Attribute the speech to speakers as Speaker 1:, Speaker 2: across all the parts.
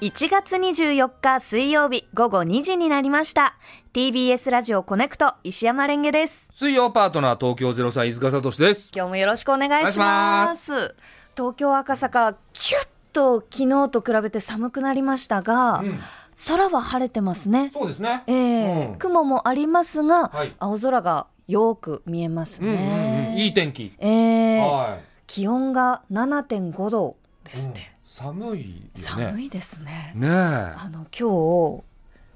Speaker 1: 1月24日水曜日午後2時になりました TBS ラジオコネクト石山レンゲです
Speaker 2: 水曜パートナー東京ゼロさ飯塚聡です。
Speaker 1: 今日もよろしくお願いします東京赤坂キュッと昨日と比べて寒くなりましたが、空は晴れてますね
Speaker 2: そうですね。
Speaker 1: ええ
Speaker 2: うん
Speaker 1: 雲もありますが、
Speaker 2: はい
Speaker 1: 青空がよく見えます
Speaker 2: うんうんうん、いい
Speaker 1: ね、
Speaker 2: 天気。
Speaker 1: ええ
Speaker 2: はい。
Speaker 1: 気温が7.5度です
Speaker 2: うん
Speaker 1: って、
Speaker 2: 寒いよね。
Speaker 1: 寒いですね
Speaker 2: ねえ。
Speaker 1: あの今日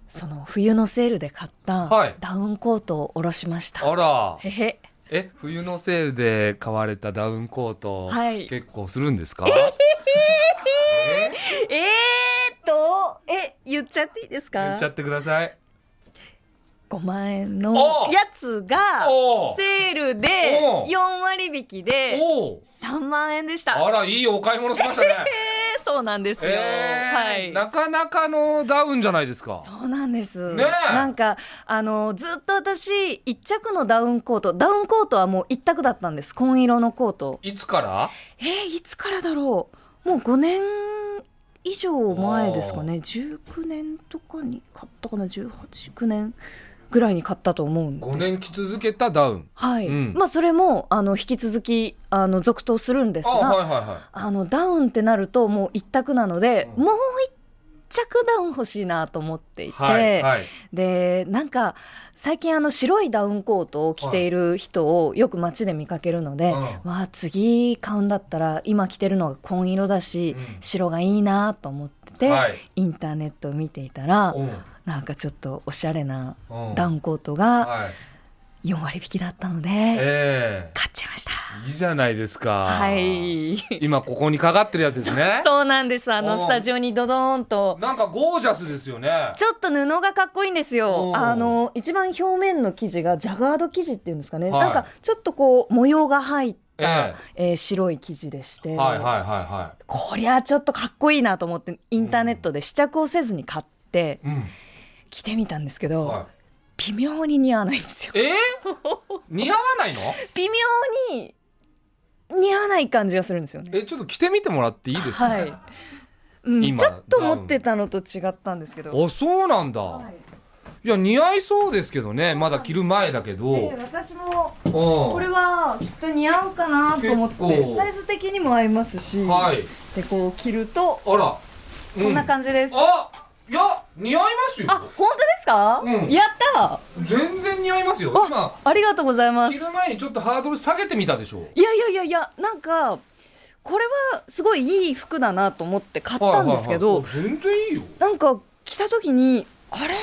Speaker 1: その冬のセールで買った
Speaker 2: はい
Speaker 1: ダウンコートを下ろしました、
Speaker 2: あら。
Speaker 1: へへ
Speaker 2: え、冬のセールで買われたダウンコート、
Speaker 1: はい
Speaker 2: 結構するんですか？え
Speaker 1: えーっとえ言っちゃっていいです
Speaker 2: 言
Speaker 1: か
Speaker 2: っちゃってください。
Speaker 1: 5万円の
Speaker 2: お
Speaker 1: やつが
Speaker 2: おお。
Speaker 1: セールで
Speaker 2: お
Speaker 1: 4割引きで
Speaker 2: おお。
Speaker 1: 3万円でした
Speaker 2: あらいいお買い物しましたね。
Speaker 1: え ーそうなんですよ、
Speaker 2: えー
Speaker 1: はい
Speaker 2: なかなかのダウンじゃないですか。
Speaker 1: そうなんです、
Speaker 2: ねえ
Speaker 1: なんかあのずっと私一着のダウンコートダウンコートはもう一択だったんです紺色のコート
Speaker 2: いつから？
Speaker 1: えーいつからだろうもう5年以上前ですかね19年とかに買ったかな189年ぐらいに買ったと思うんです
Speaker 2: 5年着続けたダウン。
Speaker 1: はい、
Speaker 2: うん
Speaker 1: まあそれもあの引き続きあの続投するんです
Speaker 2: あ、
Speaker 1: が
Speaker 2: は
Speaker 1: あ、
Speaker 2: いはいはい。
Speaker 1: のダウンってなるともう一択なので、
Speaker 2: うん
Speaker 1: もう一着ダウン欲しいなと思っていて、
Speaker 2: はいはい。
Speaker 1: でなんか最近あの白いダウンコートを着ている人をよく街で見かけるので、
Speaker 2: うん
Speaker 1: わあ次買うんだったら今着てるのが紺色だし、
Speaker 2: うん
Speaker 1: 白がいいなと思ってて、
Speaker 2: はい
Speaker 1: インターネットを見ていたら
Speaker 2: うん
Speaker 1: なんかちょっとおしゃれな
Speaker 2: うん
Speaker 1: ダウンコートが
Speaker 2: はい。
Speaker 1: 4割引きだったので、
Speaker 2: ええ
Speaker 1: 買っちゃいました。
Speaker 2: いいじゃないですか。
Speaker 1: はい。。
Speaker 2: 今ここにかかってるやつですね
Speaker 1: そうなんですあの
Speaker 2: おう
Speaker 1: スタジオにドドーンと
Speaker 2: なんかゴージャスですよね。
Speaker 1: ちょっと布がかっこいいんです
Speaker 2: お
Speaker 1: よ。
Speaker 2: ー
Speaker 1: あの一番表面の生地がジャガード生地っていうんですかね。
Speaker 2: はい
Speaker 1: なんかちょっとこう模様が入っ
Speaker 2: え
Speaker 1: た、えー白い生地でして、
Speaker 2: えはいはいはいは
Speaker 1: こりゃちょっとかっこいいなと思ってインターネットで試着をせずに買って
Speaker 2: い。うん。
Speaker 1: 着てみたんですけど、
Speaker 2: は
Speaker 1: 微妙に似合わないんですよ
Speaker 2: い。。ええ似合わないの？
Speaker 1: 微妙に似合わない感じがするんですよね。
Speaker 2: えちょっと着てみてもらっていいですか、
Speaker 1: は
Speaker 2: ね？
Speaker 1: い。うん、
Speaker 2: 今
Speaker 1: ちょっと思ってたのと違ったんですけど。
Speaker 2: あそうなんだ。い、や似合いそうですけどね。まだ着る前だけど
Speaker 1: で。私も
Speaker 2: うん。
Speaker 1: これはきっと似合うかなと思っ
Speaker 2: 結
Speaker 1: て
Speaker 2: 構
Speaker 1: サイズ的にも合いますし、
Speaker 2: はい。
Speaker 1: でこう着ると
Speaker 2: あら。う
Speaker 1: こんな感じです、
Speaker 2: あいや似合いますよ
Speaker 1: あ。本当ですか、
Speaker 2: うん
Speaker 1: やった
Speaker 2: 全然似合いますよ。
Speaker 1: あ
Speaker 2: 今
Speaker 1: ありがとうございます
Speaker 2: 着る前にちょっとハードル下げてみたでしょ。
Speaker 1: いやいやいやいやなんかこれはすごいいい服だなと思って買ったんですけど、
Speaker 2: はいはいはい全然いいよ。
Speaker 1: なんか着た時にあれ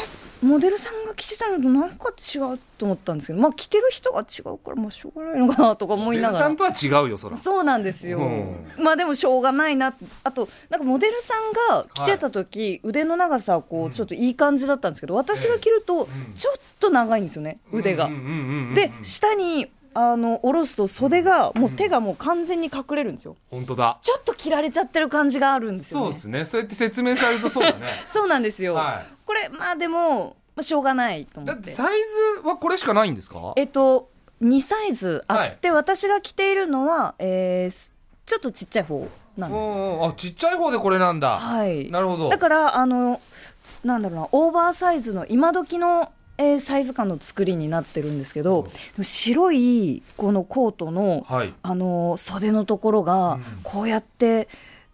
Speaker 1: モデルさんが着てたのとなんか違うと思ったんですけどまあ着てる人が違うからまあしょうがないのかなとか思いながら
Speaker 2: モデルさんとは違うよそら。
Speaker 1: そうなんですよ、
Speaker 2: うん
Speaker 1: まあでもしょうがないなあとなんかモデルさんが着てた時、腕の長さはこ
Speaker 2: うん
Speaker 1: うちょっといい感じだったんですけど私が着ると
Speaker 2: うん
Speaker 1: ちょっと長いんですよね腕が、
Speaker 2: うんうんうんうんうん
Speaker 1: で下にあの下ろすと袖がもう手がもう完全に隠れるんですよ
Speaker 2: 本当だ。
Speaker 1: ちょっと着られちゃってる感じがあるんですよ
Speaker 2: そう
Speaker 1: ね
Speaker 2: ですね。そうやって説明されるとそうだね。
Speaker 1: そうなんですよ、
Speaker 2: は
Speaker 1: これまあでも、まあ、しょうがないと
Speaker 2: い。
Speaker 1: 思
Speaker 2: だ
Speaker 1: っ
Speaker 2: って
Speaker 1: て
Speaker 2: サイズはこれしかないんですか？
Speaker 1: えっと2サイズあって、私が着ているのは、えーすちょっとちっちゃい方なん
Speaker 2: う
Speaker 1: ですよ
Speaker 2: んうんあちっちゃい方でこれなんだ。
Speaker 1: はい
Speaker 2: なるほど。
Speaker 1: だからあのなんだろうなオーバーサイズの今時の、えーサイズ感の作りになってるんですけど、
Speaker 2: うん
Speaker 1: でも白いこのコートの、
Speaker 2: はい。
Speaker 1: あの袖のところ
Speaker 2: う
Speaker 1: が
Speaker 2: ん
Speaker 1: こうやって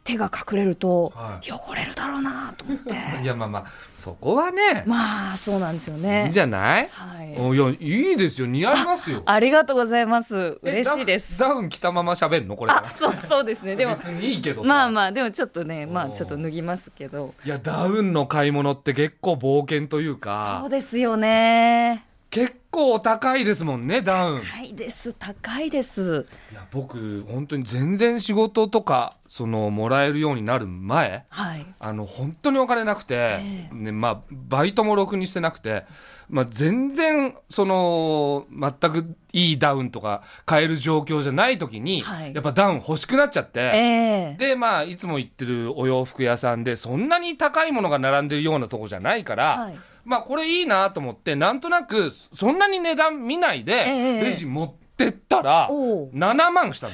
Speaker 1: 手が隠れると
Speaker 2: はい
Speaker 1: 汚れるだろうなと思って
Speaker 2: いやまあまあそこはね、
Speaker 1: まあそうなんですよ
Speaker 2: いいん
Speaker 1: ね
Speaker 2: じゃない？
Speaker 1: はい
Speaker 2: おいやいいですよ似合いますよ。
Speaker 1: ありがとうございます
Speaker 2: え
Speaker 1: 嬉しいです
Speaker 2: ダウンダウン着たまま喋んのこれから
Speaker 1: あ。そうそうですねでも
Speaker 2: 別にいいけどさ。
Speaker 1: まあまあでもちょっとねま
Speaker 2: う
Speaker 1: あ
Speaker 2: ん
Speaker 1: ちょっと脱ぎますけど
Speaker 2: いやダウンの買い物って結構冒険というか
Speaker 1: そうですよね
Speaker 2: 結構お高いですもんねダウンい
Speaker 1: 高いです高いです
Speaker 2: や僕本当に全然仕事とかそのもらえるようになる前
Speaker 1: はい
Speaker 2: あの本当にお金なくて、
Speaker 1: ええ
Speaker 2: ねまあ、バイトもろくにしてなくて、まあ、全然その全くいいダウンとか買える状況じゃない時に、
Speaker 1: はい
Speaker 2: やっぱダウン欲しくなっちゃって、
Speaker 1: ええ
Speaker 2: でまあいつも行ってるお洋服屋さんでそんなに高いものが並んでるようなとこじゃないから、
Speaker 1: はい
Speaker 2: まあこれいいなと思ってなんとなくそんなに値段見ないで
Speaker 1: ええ
Speaker 2: レジ持ってったら
Speaker 1: おう
Speaker 2: 7万したの。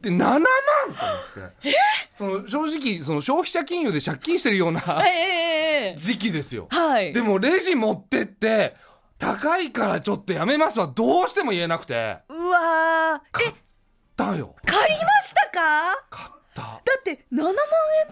Speaker 2: で7万と思ってその正直その消費者金融で借金してるような
Speaker 1: ええええええ
Speaker 2: 時期ですよ
Speaker 1: はい
Speaker 2: でもレジ持ってって高いからちょっとやめますはどうしても言えなくて
Speaker 1: うわーえ
Speaker 2: だよ
Speaker 1: 借りましたか
Speaker 2: 買った
Speaker 1: だって7万円っ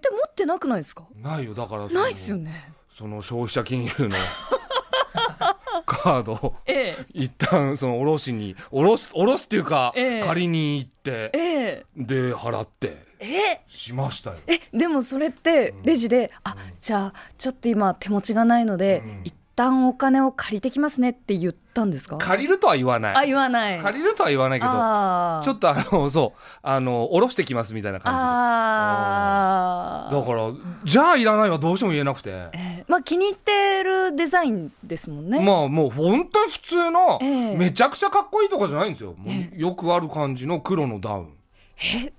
Speaker 1: て持ってなくないですか
Speaker 2: ないよだからその
Speaker 1: ないっすよね
Speaker 2: その消費者金融の カードを
Speaker 1: ええ
Speaker 2: 一旦そのおろしにおろすおろすっていうか、
Speaker 1: ええ
Speaker 2: 借りに行って
Speaker 1: え
Speaker 2: で払って
Speaker 1: ええ
Speaker 2: しましたよ
Speaker 1: えでもそれってレジで、あじゃあちょっと今手持ちがないので、
Speaker 2: うん
Speaker 1: 一旦お金を借りてきますねって言ったんですか
Speaker 2: 借りるとは言わ
Speaker 1: あ
Speaker 2: ない
Speaker 1: 言わない
Speaker 2: 借りるとは言わないけど
Speaker 1: あー
Speaker 2: ちょっとあの そうあのおろしてきますみたいな感
Speaker 1: あ
Speaker 2: じ
Speaker 1: ー
Speaker 2: でだからじゃあいらないはどうしても言えなくて
Speaker 1: ええまあ気に入ってるデザインですもんね、
Speaker 2: まあもう本当に普通の
Speaker 1: ええ
Speaker 2: めちゃくちゃかっこいいとかじゃないんですよもう
Speaker 1: え
Speaker 2: よくある感じの黒のダウン
Speaker 1: え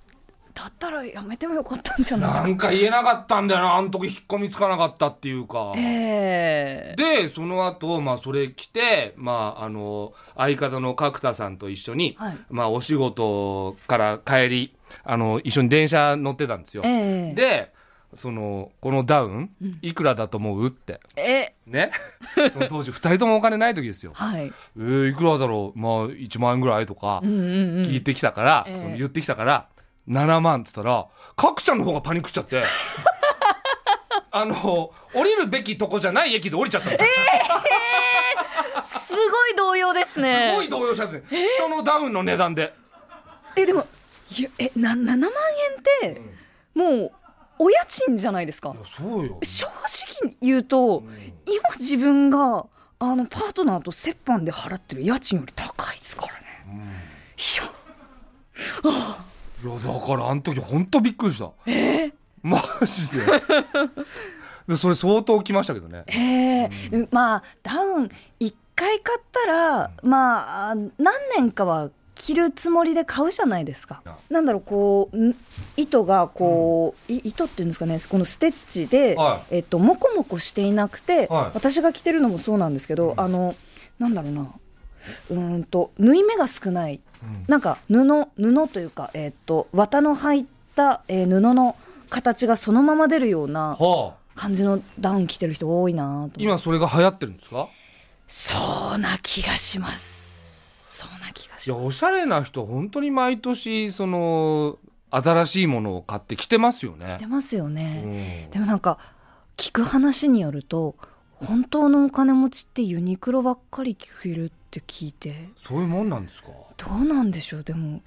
Speaker 1: だったらやめてもよかったんじゃないです
Speaker 2: な
Speaker 1: か
Speaker 2: んか言えなかったんだよなあの時引っ込みつかなかったっていうか
Speaker 1: ええ
Speaker 2: でその後、まあそれ来て、まあ、あの相方の角田さんと一緒に、
Speaker 1: はい
Speaker 2: まあ、お仕事から帰りあの一緒に電車乗ってたんですよ。
Speaker 1: ええ
Speaker 2: でそのこのダウンいくらだと思うって
Speaker 1: え
Speaker 2: ねその当時2人ともお金ない時ですよ。
Speaker 1: はい
Speaker 2: えーいくらだろう、まあ、1万円ぐらいとか
Speaker 1: うんうんうん
Speaker 2: 聞いてきたから、
Speaker 1: ええ
Speaker 2: その言ってきたから7万っつったら角ちゃんの方がパニックっちゃって あの降りるべきとこじゃない駅で降りちゃったの。
Speaker 1: すごい動揺ですね
Speaker 2: すごい動揺しちゃって、人のダウンの値段で
Speaker 1: えでもいやえな7万円って、もうお家賃じゃないですか
Speaker 2: いやそうよ
Speaker 1: 正直言うと、今自分があのパートナーと折半で払ってる家賃より高いですからね、いや
Speaker 2: いやだからあの時本当びっくりしたえマ ジででそれ相当きましたけどね
Speaker 1: ええでもまあダウン1回買ったら、まあ何年かは着るつもりで買うじゃないですか
Speaker 2: あ
Speaker 1: なんだろうこうん糸がこう、い糸っていうんですかねこのステッチで、
Speaker 2: は
Speaker 1: えっと、もこもこしていなくて、
Speaker 2: はい
Speaker 1: 私が着てるのもそうなんですけど、あのなんだろうなうーんと縫い目が少ない
Speaker 2: うん
Speaker 1: なんか布布というか、えっと綿の入った、えー布の形がそのまま出るような
Speaker 2: はあ
Speaker 1: 感じのダウン着てる人多いなと思って
Speaker 2: 今それが流行ってるんですか
Speaker 1: そうな気がしますそうな気がし
Speaker 2: いや
Speaker 1: ます
Speaker 2: おしゃれな人本当に毎年その新しいものを買って着てますよね
Speaker 1: してますよね、
Speaker 2: う
Speaker 1: でもなんか聞く話によると本当のお金持ちってユニクロばっかり着るって聞いて
Speaker 2: ん、そういうもんなんですか
Speaker 1: どうなんでしょうでも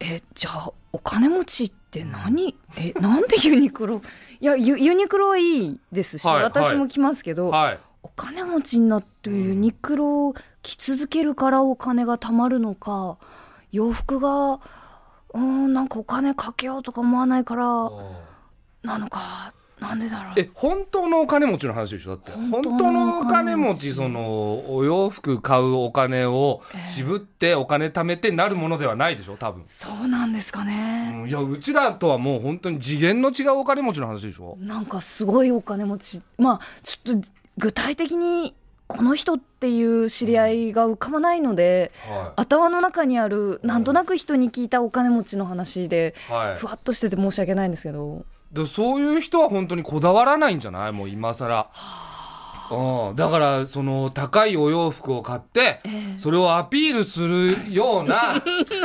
Speaker 1: えじゃあお金持ちって何えなんでユニクロいやユユニクロはいいですし、
Speaker 2: はいはい
Speaker 1: 私も着ますけど、
Speaker 2: はい
Speaker 1: お金持ちになってユニクロを着続けるからお金が貯まるのか洋服がうーんなんかお金かけようとか思わないからなのかなんでだろう
Speaker 2: え本当のお金持ちの話でしょだって
Speaker 1: 本
Speaker 2: 本
Speaker 1: 当
Speaker 2: 当
Speaker 1: の
Speaker 2: の
Speaker 1: お
Speaker 2: お
Speaker 1: 金
Speaker 2: 金
Speaker 1: 持
Speaker 2: 持
Speaker 1: ち
Speaker 2: ちそのお洋服買うお金を
Speaker 1: ええ
Speaker 2: 渋ってお金貯めてなるものではないでしょ多分、
Speaker 1: そうなんですかね、
Speaker 2: うんいやうちらとはもう本当に次元の違うお金持ちの話でしょ
Speaker 1: なんかすごいお金持ちまあちょっと具体的にこの人っていう知り合いが浮かばないので
Speaker 2: は
Speaker 1: 頭の中にあるなんとなく人に聞いたお金持ちの話で
Speaker 2: い、は
Speaker 1: ふわっとしてて申し訳ないんですけど
Speaker 2: い、でそういう人は本当にこだわらないんじゃないもう今更うん、だからその高いお洋服を買って
Speaker 1: ええ
Speaker 2: それをアピールするような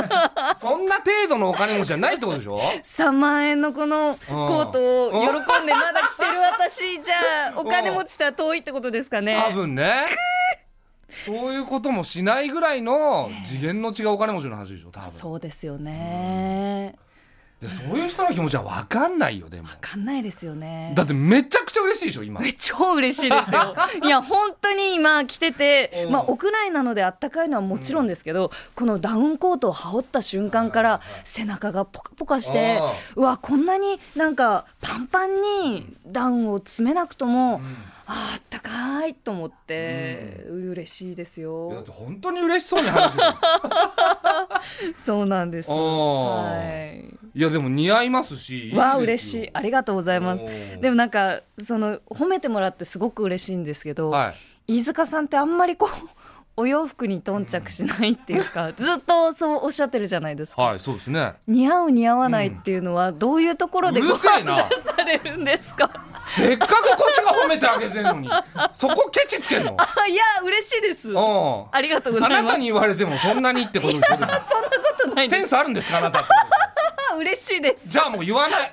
Speaker 2: そんな程度のお金持ちじゃないってことでしょ
Speaker 1: 3万円のこのコートを喜んでまだ着てる私じゃあお金持ちとは遠いってことですかね
Speaker 2: 多分ねそういうこともしないぐらいの次元の違うお金持ちの話でしょ多分
Speaker 1: そうですよね
Speaker 2: でそういう人の気持ちは分かんないよでも
Speaker 1: 分かんないですよね
Speaker 2: だってめちゃくちゃ嬉しいでしょ今
Speaker 1: え超嬉しいです よいや本当に今着てて、
Speaker 2: うん
Speaker 1: まあ、屋内なのであったかいのはもちろんですけど、このダウンコートを羽織った瞬間から背中がポカポカして
Speaker 2: ああ
Speaker 1: うわこんなになんかパンパンにダウンを詰めなくとも、あああったかいと思って、嬉しいです
Speaker 2: いやだっ
Speaker 1: よ
Speaker 2: て本当に嬉しそうに話してる
Speaker 1: そうなんです
Speaker 2: ああ
Speaker 1: はい
Speaker 2: いやでも似合いますし
Speaker 1: わあ嬉しいあ
Speaker 2: り
Speaker 1: りがとうございますでもなんかその褒めてもらってすごく嬉しいんですけど、
Speaker 2: はい
Speaker 1: 飯塚さんってあんまりこう お洋服に頓着しないっていうか、ずっとそうおっしゃってるじゃないですか。
Speaker 2: はい、そうですね。
Speaker 1: 似合う似合わないっていうのはどういうところで
Speaker 2: う
Speaker 1: ご
Speaker 2: る
Speaker 1: 判
Speaker 2: せ えな
Speaker 1: 断されるんですか。
Speaker 2: せっかくこっちが褒めてあげてんのに、そこケチつけんの。
Speaker 1: あいや嬉しいです。
Speaker 2: うん。
Speaker 1: ありがとうござ
Speaker 2: あ
Speaker 1: います。
Speaker 2: なたに言われてもそん なにってことにするの
Speaker 1: そんなことないで
Speaker 2: セ
Speaker 1: す。
Speaker 2: ンスあるんですかあなたって
Speaker 1: 嬉しいです。
Speaker 2: じゃあもう言わない